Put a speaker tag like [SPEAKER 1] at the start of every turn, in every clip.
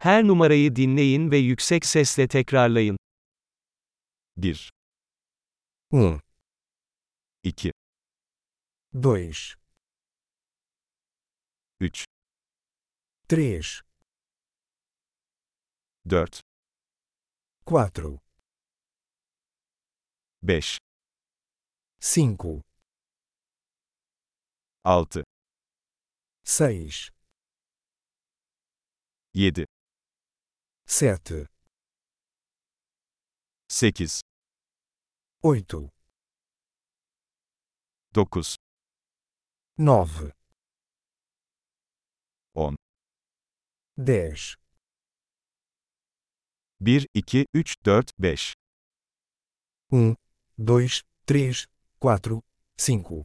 [SPEAKER 1] Her numarayı dinleyin ve yüksek sesle tekrarlayın.
[SPEAKER 2] 1,
[SPEAKER 3] Um,
[SPEAKER 2] 2,
[SPEAKER 3] dois,
[SPEAKER 2] 3,
[SPEAKER 3] três,
[SPEAKER 2] 4,
[SPEAKER 3] quatro,
[SPEAKER 2] 5,
[SPEAKER 3] cinco,
[SPEAKER 2] 6,
[SPEAKER 3] seis,
[SPEAKER 2] 7,
[SPEAKER 3] sete,
[SPEAKER 2] 8,
[SPEAKER 3] oito,
[SPEAKER 2] 9,
[SPEAKER 3] nove,
[SPEAKER 2] 10.
[SPEAKER 3] dez,
[SPEAKER 2] 1, 2, 3, 4, 5,
[SPEAKER 3] um, dois, três, quatro, cinco,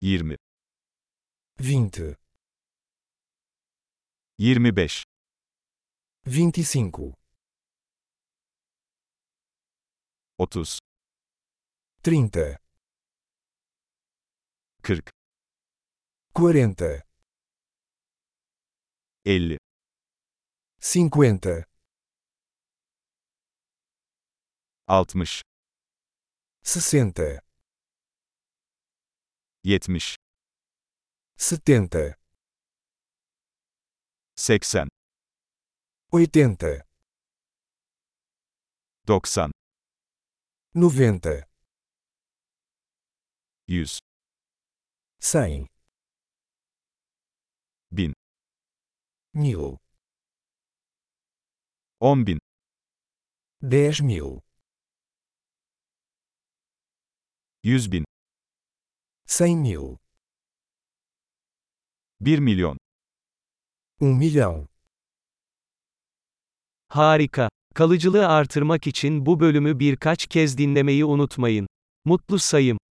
[SPEAKER 2] 20,
[SPEAKER 3] vinte,
[SPEAKER 2] 25,
[SPEAKER 3] vinte e cinco,
[SPEAKER 2] 30,
[SPEAKER 3] trinta,
[SPEAKER 2] 40,
[SPEAKER 3] quarenta,
[SPEAKER 2] 50,
[SPEAKER 3] cinquenta,
[SPEAKER 2] 60,
[SPEAKER 3] sessenta,
[SPEAKER 2] 70,
[SPEAKER 3] setenta,
[SPEAKER 2] 80,
[SPEAKER 3] oitenta,
[SPEAKER 2] 90,
[SPEAKER 3] noventa,
[SPEAKER 2] 100,
[SPEAKER 3] cem,
[SPEAKER 2] 1000,
[SPEAKER 3] mil,
[SPEAKER 2] 10 bin,
[SPEAKER 3] dez mil,
[SPEAKER 2] 100 bin,
[SPEAKER 3] cem mil,
[SPEAKER 2] 1 milyon.
[SPEAKER 3] um milhão.
[SPEAKER 1] Harika. Kalıcılığı artırmak için bu bölümü birkaç kez dinlemeyi unutmayın. Mutlu sayım.